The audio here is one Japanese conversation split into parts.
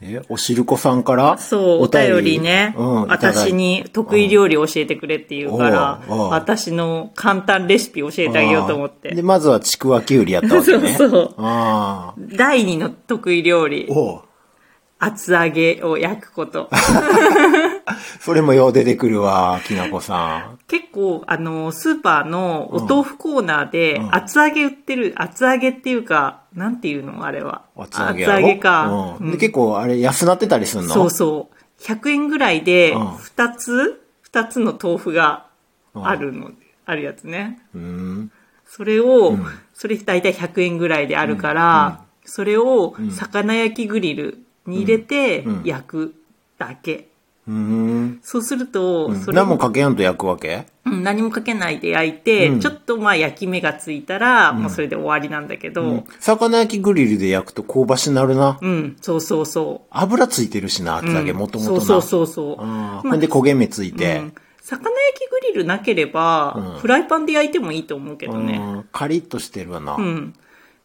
え、おしるこさんからそう、お便りね。うん、いただい私に得意料理を教えてくれって言うから、うんおうおう私の簡単レシピ教えてあげようと思っあーで、て。まずはちくわきゅうりやったわけね。 そうそうああ。第二の得意料理、おう厚揚げを焼 くこと。それもよう出てくるわ、きなこさん。結構、あの、スーパーのお豆腐コーナーで、ん厚揚げ売ってる、厚揚げっていうか、なんていうのあれは。厚揚げやろか。ううんん。で、結構、あれ、安なってたりすんのそうそう。100円ぐらいで、うん2つ、二つの豆腐がうんあるの、あるやつね。う。うん。それを、んそれ大体100円ぐらいであるから、それを魚焼きグリルに入れてうんうん焼くだけ。うん。そうすると、それ何もかけやんと焼くわけうん何もかけないで焼いて、うんちょっとまあ焼き目がついたら、もうそれで終わりなんだけど、うん、魚焼きグリルで焼くと香ばしなるな。そうそうそ油ついてるしな、う。厚揚げ、うんもともとそな。うそうそうそう。あーまほんで焦げ目ついうてん、魚焼きグリルなければ、うんフライパンで焼いてもいいと思うけどね。うんカリッとしてるわな。うん。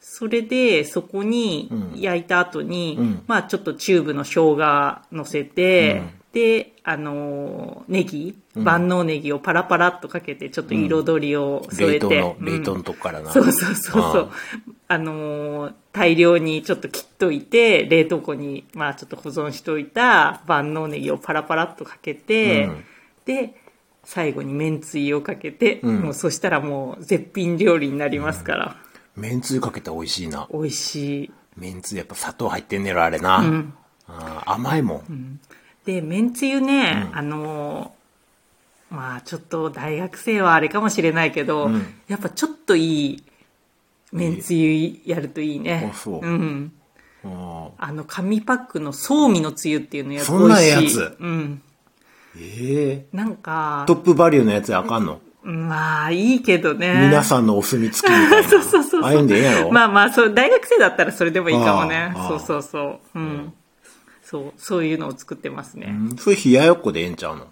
それで、そこにうん焼いた後に、うんまあちょっとチューブの生姜乗せて、で、あのーネギ、万能ネギをパラパラっとかけて、ちょっと彩りを添冷えて。凍の、うん冷凍のとこからな。そうそうそうそう。あのー大量にちょっと切っといて、冷凍庫に、まあちょっと保存しといた万能ネギをパラパラっとかけて、うんで、最後にめんつゆをかけて、うんもうそしたらもう絶品料理になりますから、めんつゆかけたら美味しいな。美味しい。めんつゆやっぱ砂糖入ってんねやろ、あれな。うんあー甘いもん。で、めんつゆね、あのーまあちょっと大学生はあれかもしれないけど、うんやっぱちょっといい、めんつゆやるといいね。あそううん。うんあの、紙パックのそうみのつゆっていうのやつそんなやつ美味しいうん。ええなんか、トップバリューのやつやあかんの、まあ、いいけどね。皆さんのお墨付きみたいな。 そうそうそうそう。ああいうんでええやろ、まあまあ、そう、大学生だったらそれでもいいかもねあ。あそうそうそう。うん。そう、そういうのを作ってますね。うんそれ冷ややっこでええんちゃうの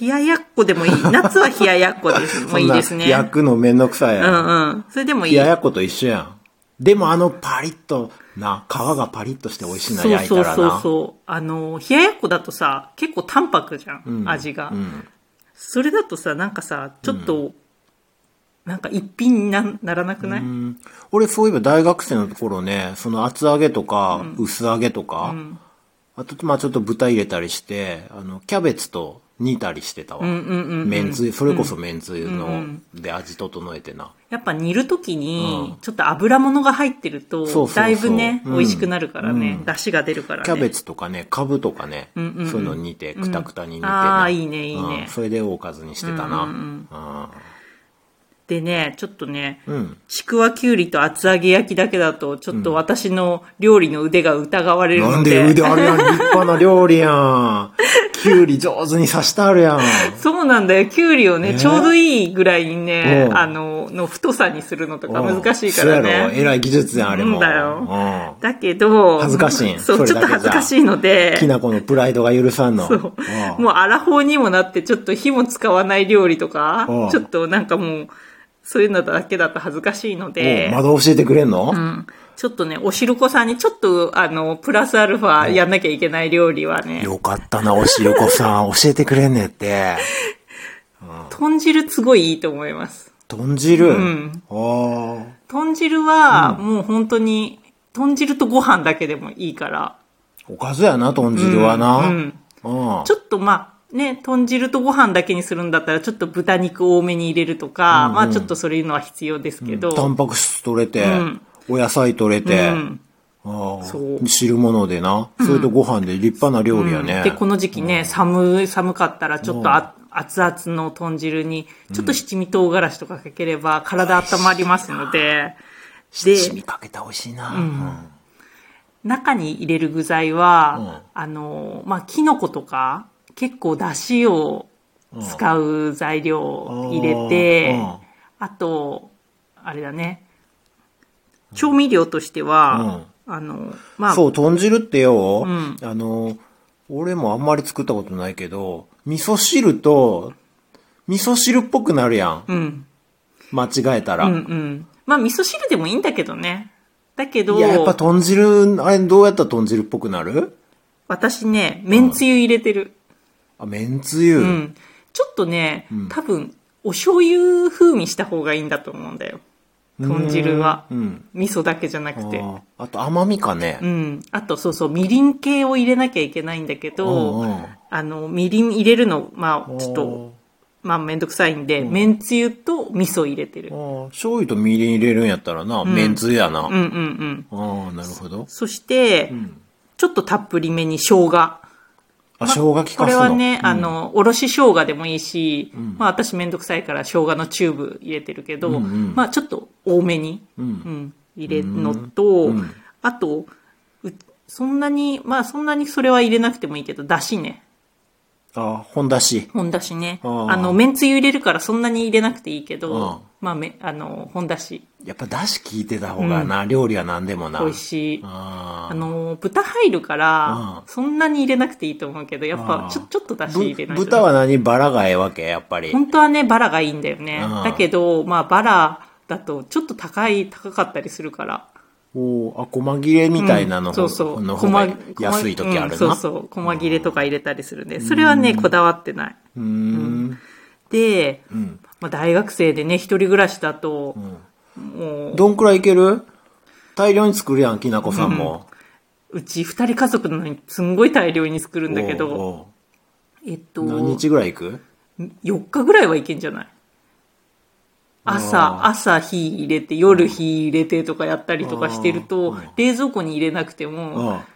冷ややっこでもい い。夏は冷ややっこです。もういいですね。そんな焼くのめんどくさいや。うんんうん。それでもい冷い。ややっこと一緒やん。でもあのパリッとな、皮がパリッとして美味しいな、そう焼いたそうらな。そうそう。あの、冷ややっこだとさ、結構淡白じゃん、うん味が。うんそれだとさ、なんかさ、ちょっと、なんか一品になならなくない、うん俺そういえば大学生の頃ね、その厚揚げとか、薄揚げとか、あと、まあちょっと豚入れたりして、あの、キャベツと煮たりしてたわ。うんうんうんうんめんつゆ、それこそめんつゆの、うんうで味整えてな。やっぱ煮るときにうん、ちょっと油物が入ってると、そうそうそうだいぶね、うん美味しくなるからね、うん出汁が出るからね。キャベツとかね、カブとかね、んうんうんそういうの煮て、くたくたに煮て、ああ、いいね、いいうんね。それでおかずにしてたな。うんうんあでね、ちょっとね、ーうんちくわきゅうりと厚揚げ焼きだけだと、ちょっと私の料理の腕が疑われるなのんで。で腕あるやん、立派な料理やん。きゅうり上手に刺してあるやん。そうなんだよ。きゅうりをね、ねちょうどいいぐらいにねう、んあの、の太さにするのとかうん難しいからそうやろ、ね。偉い技術やん、あれうも。んだようんだけど、恥ずかしいん そう、ちそょれだけっとじゃ恥ずかしいので、きなこのプライドが許さんの。そうう。んもうアラフォーにもなって、ちょっと火も使わない料理とかうん、ちょっとなんかもう、そういうのだけだと恥ずかしいので、おまだ教えてくれんの、うんちょっとね、おしるこさんにちょっと、あの、プラスアルファやんなきゃいけない料理はね、よかったな、おしるこ さん。教えてくれんねって。豚汁すごいいいと思います。豚汁。んあー豚汁は、もう本当に、豚汁とご飯だけでもいいから、おかずやな、豚汁はな。うんうんちょっとまあ、ね、豚汁とご飯だけにするんだったら、ちょっと豚肉多めに入れるとか、まあちょっとそういうのは必要ですけど、タンパク質取れて、うんお野菜取れて、うんあーそう汁物でな、それとご飯で立派な料理やね。で、この時期ね、寒い、寒かったら、ちょっとあ、熱々の豚汁に、ちょっと七味唐辛子とかかければ、体温まりますので、で、七味かけたら美味しいな。中に入れる具材は、あの、まあ、キノコとか、結構出汁を使う材料を入れて、うんあと、あれだね、調味料としては、あの、まうんあ、そう、豚汁ってよ、んあの、俺もあんまり作ったことないけど、味噌汁と、味噌汁っぽくなるやん。うん、間違えたら。うん、うん。まあ、味噌汁でもいいんだけどね。だけど、いや、やっぱ豚汁、あれどうやったら豚汁っぽくなる私ね、めんつゆ入れてる。あ、めんつゆ。うん。ちょっとね、多分、お醤油風味した方がいいんだと思うんだよ。豚汁は。うん。味噌だけじゃなあくて。ーあと甘みかねう。ん。あと、そうそう、みりん系を入れなきゃいけないんだけど、うんうんあの、みりん入れるの、まあ、ちょっと、まあ、めんどくさいんで、めんつゆと味噌入れてるあ。ー。醤油とみりん入れるんやったらな、めんつゆやな。うんうんうん。ああ、なるほど。そして、ちょっとたっぷりめに生姜。あ、生姜効かすのこれはね、あの、おろし生姜でもいいし、まあ私めんどくさいから生姜のチューブ入れてるけど、まあちょっと多めに、うん入れるのと、あと、うそんなに、まあそんなにそれは入れなくてもいいけど、だしね。あ、本だし。本だしね。あーあの、めんつゆ入れるからそんなに入れなくていいけうんど、まあめ、あの、本だし、やっぱだし効いてた方がな、料理は何でもな。美味しい。ああの、豚入るからう、そんなに入れなくていいと思うけど、やっぱちょ、あーちょっとだーし入れないと。ぶ豚は何バラがええわけやっぱり。本当はね、バラがいいんだよねうん。だけど、まあ、バラだとちょっと高い、高かったりするから。おーあ、細切れみたいなのそ方うそう。のこ方まが安い時あうるんそうな。そう。細切れとか入れたりするんで。それはね、こだわってない。うーん。で、んまあ、大学生でね、一人暮らしだと、もう、どんくらいいける大量に作るやん、きなこさんも。うち二人家族なのに、すんごい大量に作るんだけおうど、おえっと、う何日ぐらいいく4日ぐらいはいけんじゃない朝、朝火入れて、夜火入れてとかやったりとかしてると、冷蔵庫に入れなくても、あ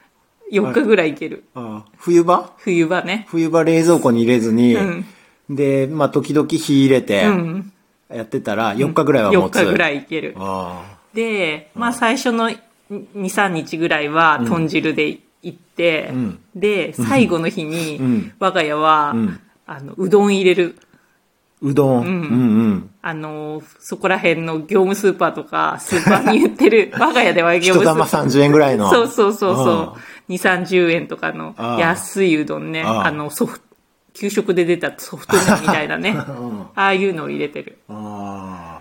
4日ぐらいいける。あ冬場冬場ね。冬場冷蔵庫に入れずに、うんで、まあ、時々火入れてう、ん。やってたら、4日ぐらいは持4つ。日ぐい。らいいける。あで、まあ最初の2、3日ぐらいは豚汁で行って、んで、最後の日にん、我が家は、んあの、うどん入れる。あうどん。うんうん。あの、そこら辺の業務スーパーとか、スーパーに売って る、我が家では業一務スー玉パー。 30円ぐらいの。そうそうそううんそう。2、30円とかのああ安いうどんね。あああの、ソフト、給食で出たソフト麺みた いなね。ああいうのを入れてる。ああ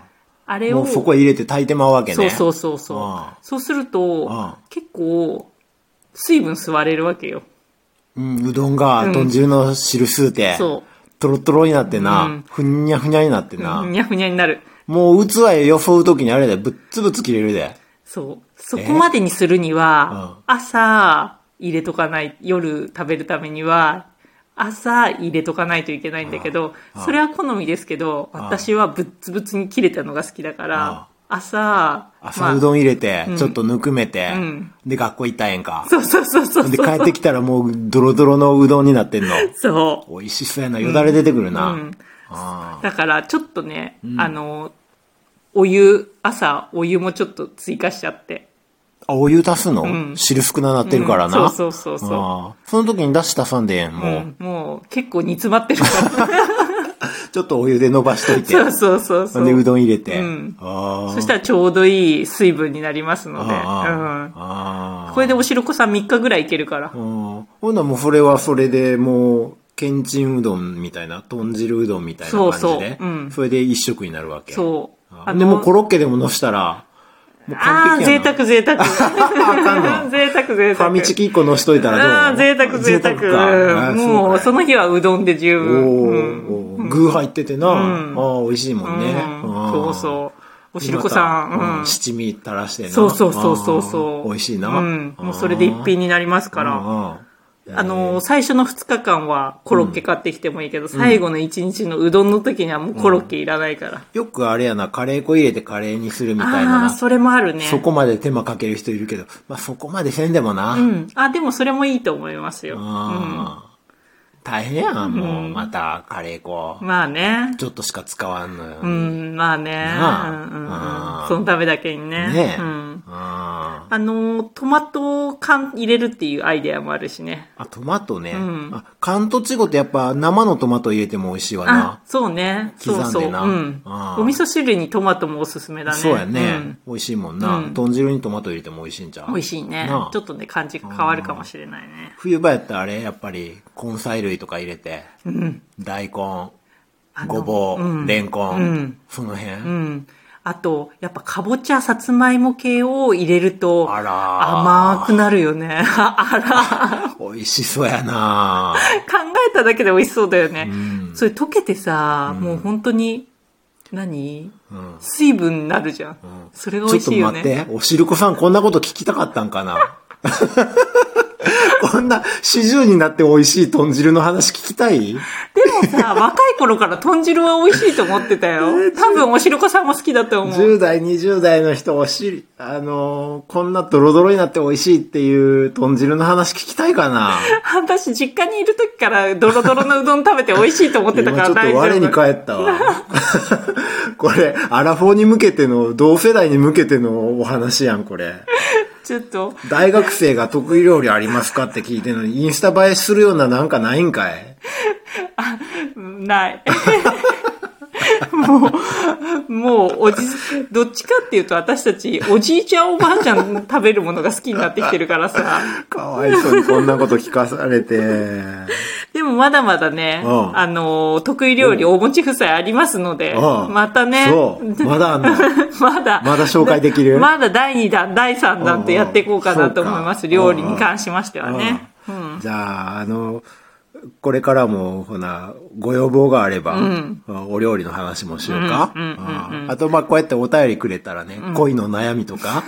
あれもを、うそこへ入れて炊いてまうわけね。そうそうそうそう。ああそうすると、ああ結構、水分吸われるわけよ。うん、うどんが、豚汁の汁吸うて、そとろとろになってな、うんふにゃふにゃになってう。な、ふにゃふにゃになる。もう器へよそうときにあれでぶっつぶつ切れるで。そう。そこまでにするには、朝入れとかない、夜食べるためには、朝入れとかないといけないんだけど、それは好みですけど、私はぶっつぶつに切れたのが好きだから、朝、朝うまどん入れて、ちょっとぬくめて、で、学校行ったんやんかあ、。そうそうそうそうで、そう。帰ってきたらもうドロドロのうどんになってんの。そ美味しそうやな、よだれ出てくるな。う。うん。あだから、ちょっとね、あの、お湯、朝、お湯もちょっと追加しちゃって。あ、お湯足すの、ん汁少ななってるからな。うんそうそうそうそうあーその時に出汁足さんでええん、もう、うんもう、結構煮詰まってるから。ちょっとお湯で伸ば しとい て。そうそうそうそう。で、うどん入れて。うんあそしたらちょうどいい水分になりますので、あうあん、これでおしるこさん3日ぐらいいけるからあ。ん。ほんならもうそれはそれでもう、けんちんうどんみたいな、豚汁うどんみたいな感じで。そうそううんそれで一食になるわけ。そう。あでもうコれ、ロッケでものしたら、もうあ完あー、璧贅やな。沢贅 沢。あかんの 贅沢贅フ沢。ァミチキ1個のしといたらどああ、う贅沢贅沢。かあーもう、そそうかの日はうどんで十お分。うんーおー、具入っててな。うんああ、美味しいもんね。うんそうそう。おおしるこさん。うん七味垂らしてな。そうそうそうそうそう。あー美味しいな。うん。もうそれで一品になりますから。らあのー、最初の2日間はコロッケ買ってきてもいいけど、最後の1日のうどんの時にはもうコロッケいらないから。よくあれやな、カレー粉入れてカレーにするみたいああなー、それもあるね。そこまで手間かける人いるけど、まあそこまでせんでもな。うん。あ、でもそれもいいと思いますよ。うんあー大変やん、もう、またカレー粉。まあね。ちょっとしか使わんのよ。うん、まあね。なあうんうんあうーん。そのためだけにね。ねえ。うん。あーあのー、トマト缶入れるっていうアイデアもあるしね。あ、トマトね。んあ、缶とちごってやっぱ生のトマト入れても美味しいわあな、。そうね。そう刻んそう。う。でなんあーお味噌汁にトマトもおすすめだね。そうやね、ん美味しいもんな、うん豚汁にトマト入れても美味しいんじゃん。美味しいねなあ。ちょっとね、感じが変わるかもしれないね。冬場やったらあれ、やっぱり根菜類とか入れて、大根、あのごぼう、うんレンコン、うんその辺、うん。あと、やっぱかぼちゃ、さつまいも系を入れると、あらー甘くなるよね。 あら。美味しそうやな考えただけで美味しそうだよね。んそれ溶けてさ、もう本当に、何うん水分になるじゃん。それが美味ちょっしといよ待っね。て、おしるこさんこんなこと聞きたかったんかな こんな四十になって美味しい豚汁の話聞きたいで もさ、若い頃から豚汁は美味しいと思ってたよ。多分おしるこさんも好きだと思う。 10代、20代の人、おし、あのーこんなドロドロになって美味しいっていう豚汁の話聞きたいかな私、実家にいる時からドロドロのうどん食べて美味しいと思ってた今かちらょっと大丈夫。我に返ったわ。 これ、アラフォーに向けての、同世代に向けてのお話やん、これ。ちょっと、大学生が得意料理ありますかって聞いてるのに、インスタ映えするようななんかないんかいない。もう、もう、おじ、どっちかっていうと私たち、おじいちゃんおばあちゃん食べるものが好きになってきてるからさ。かわいそうにこんなこと聞かされて。 でもまだまだね、うんあの、得意料理、お餅夫妻ありますので、うんまたね、そう。まだあんの。 まだ、まだ紹介できるまだ第2弾、第3弾とやっていこうかなと思いまうす。んうんそう料か理に関しましてはね。うんじゃあ、あの、これからも、ほな、ご要望があれば、お料理の話もしようか。うんうんうんあと、まあ、こうやってお便りくれたらね、恋の悩みとか、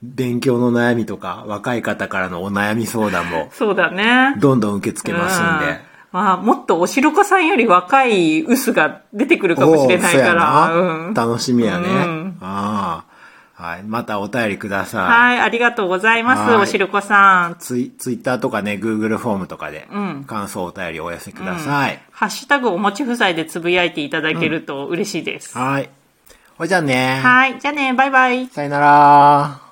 勉強の悩みとか、若い方からのお悩み相談も、そうだね。どんどん受け付けますんうんで。まあ、もっとおしろこさんより若いウスが出てくるかもしれないかおら。うそうやうんな楽しみやね。うんああはい。またお便りください。はい、ありがとうございます、はいおしろこさん。ツイツイッターとかね、Google フォームとかで、感想お便りお寄せください。ハッシュタグおもち夫妻でつぶやいていただけると嬉しいです。はい。ほいじゃあね。はい、じゃあね、バイバイ。さよなら。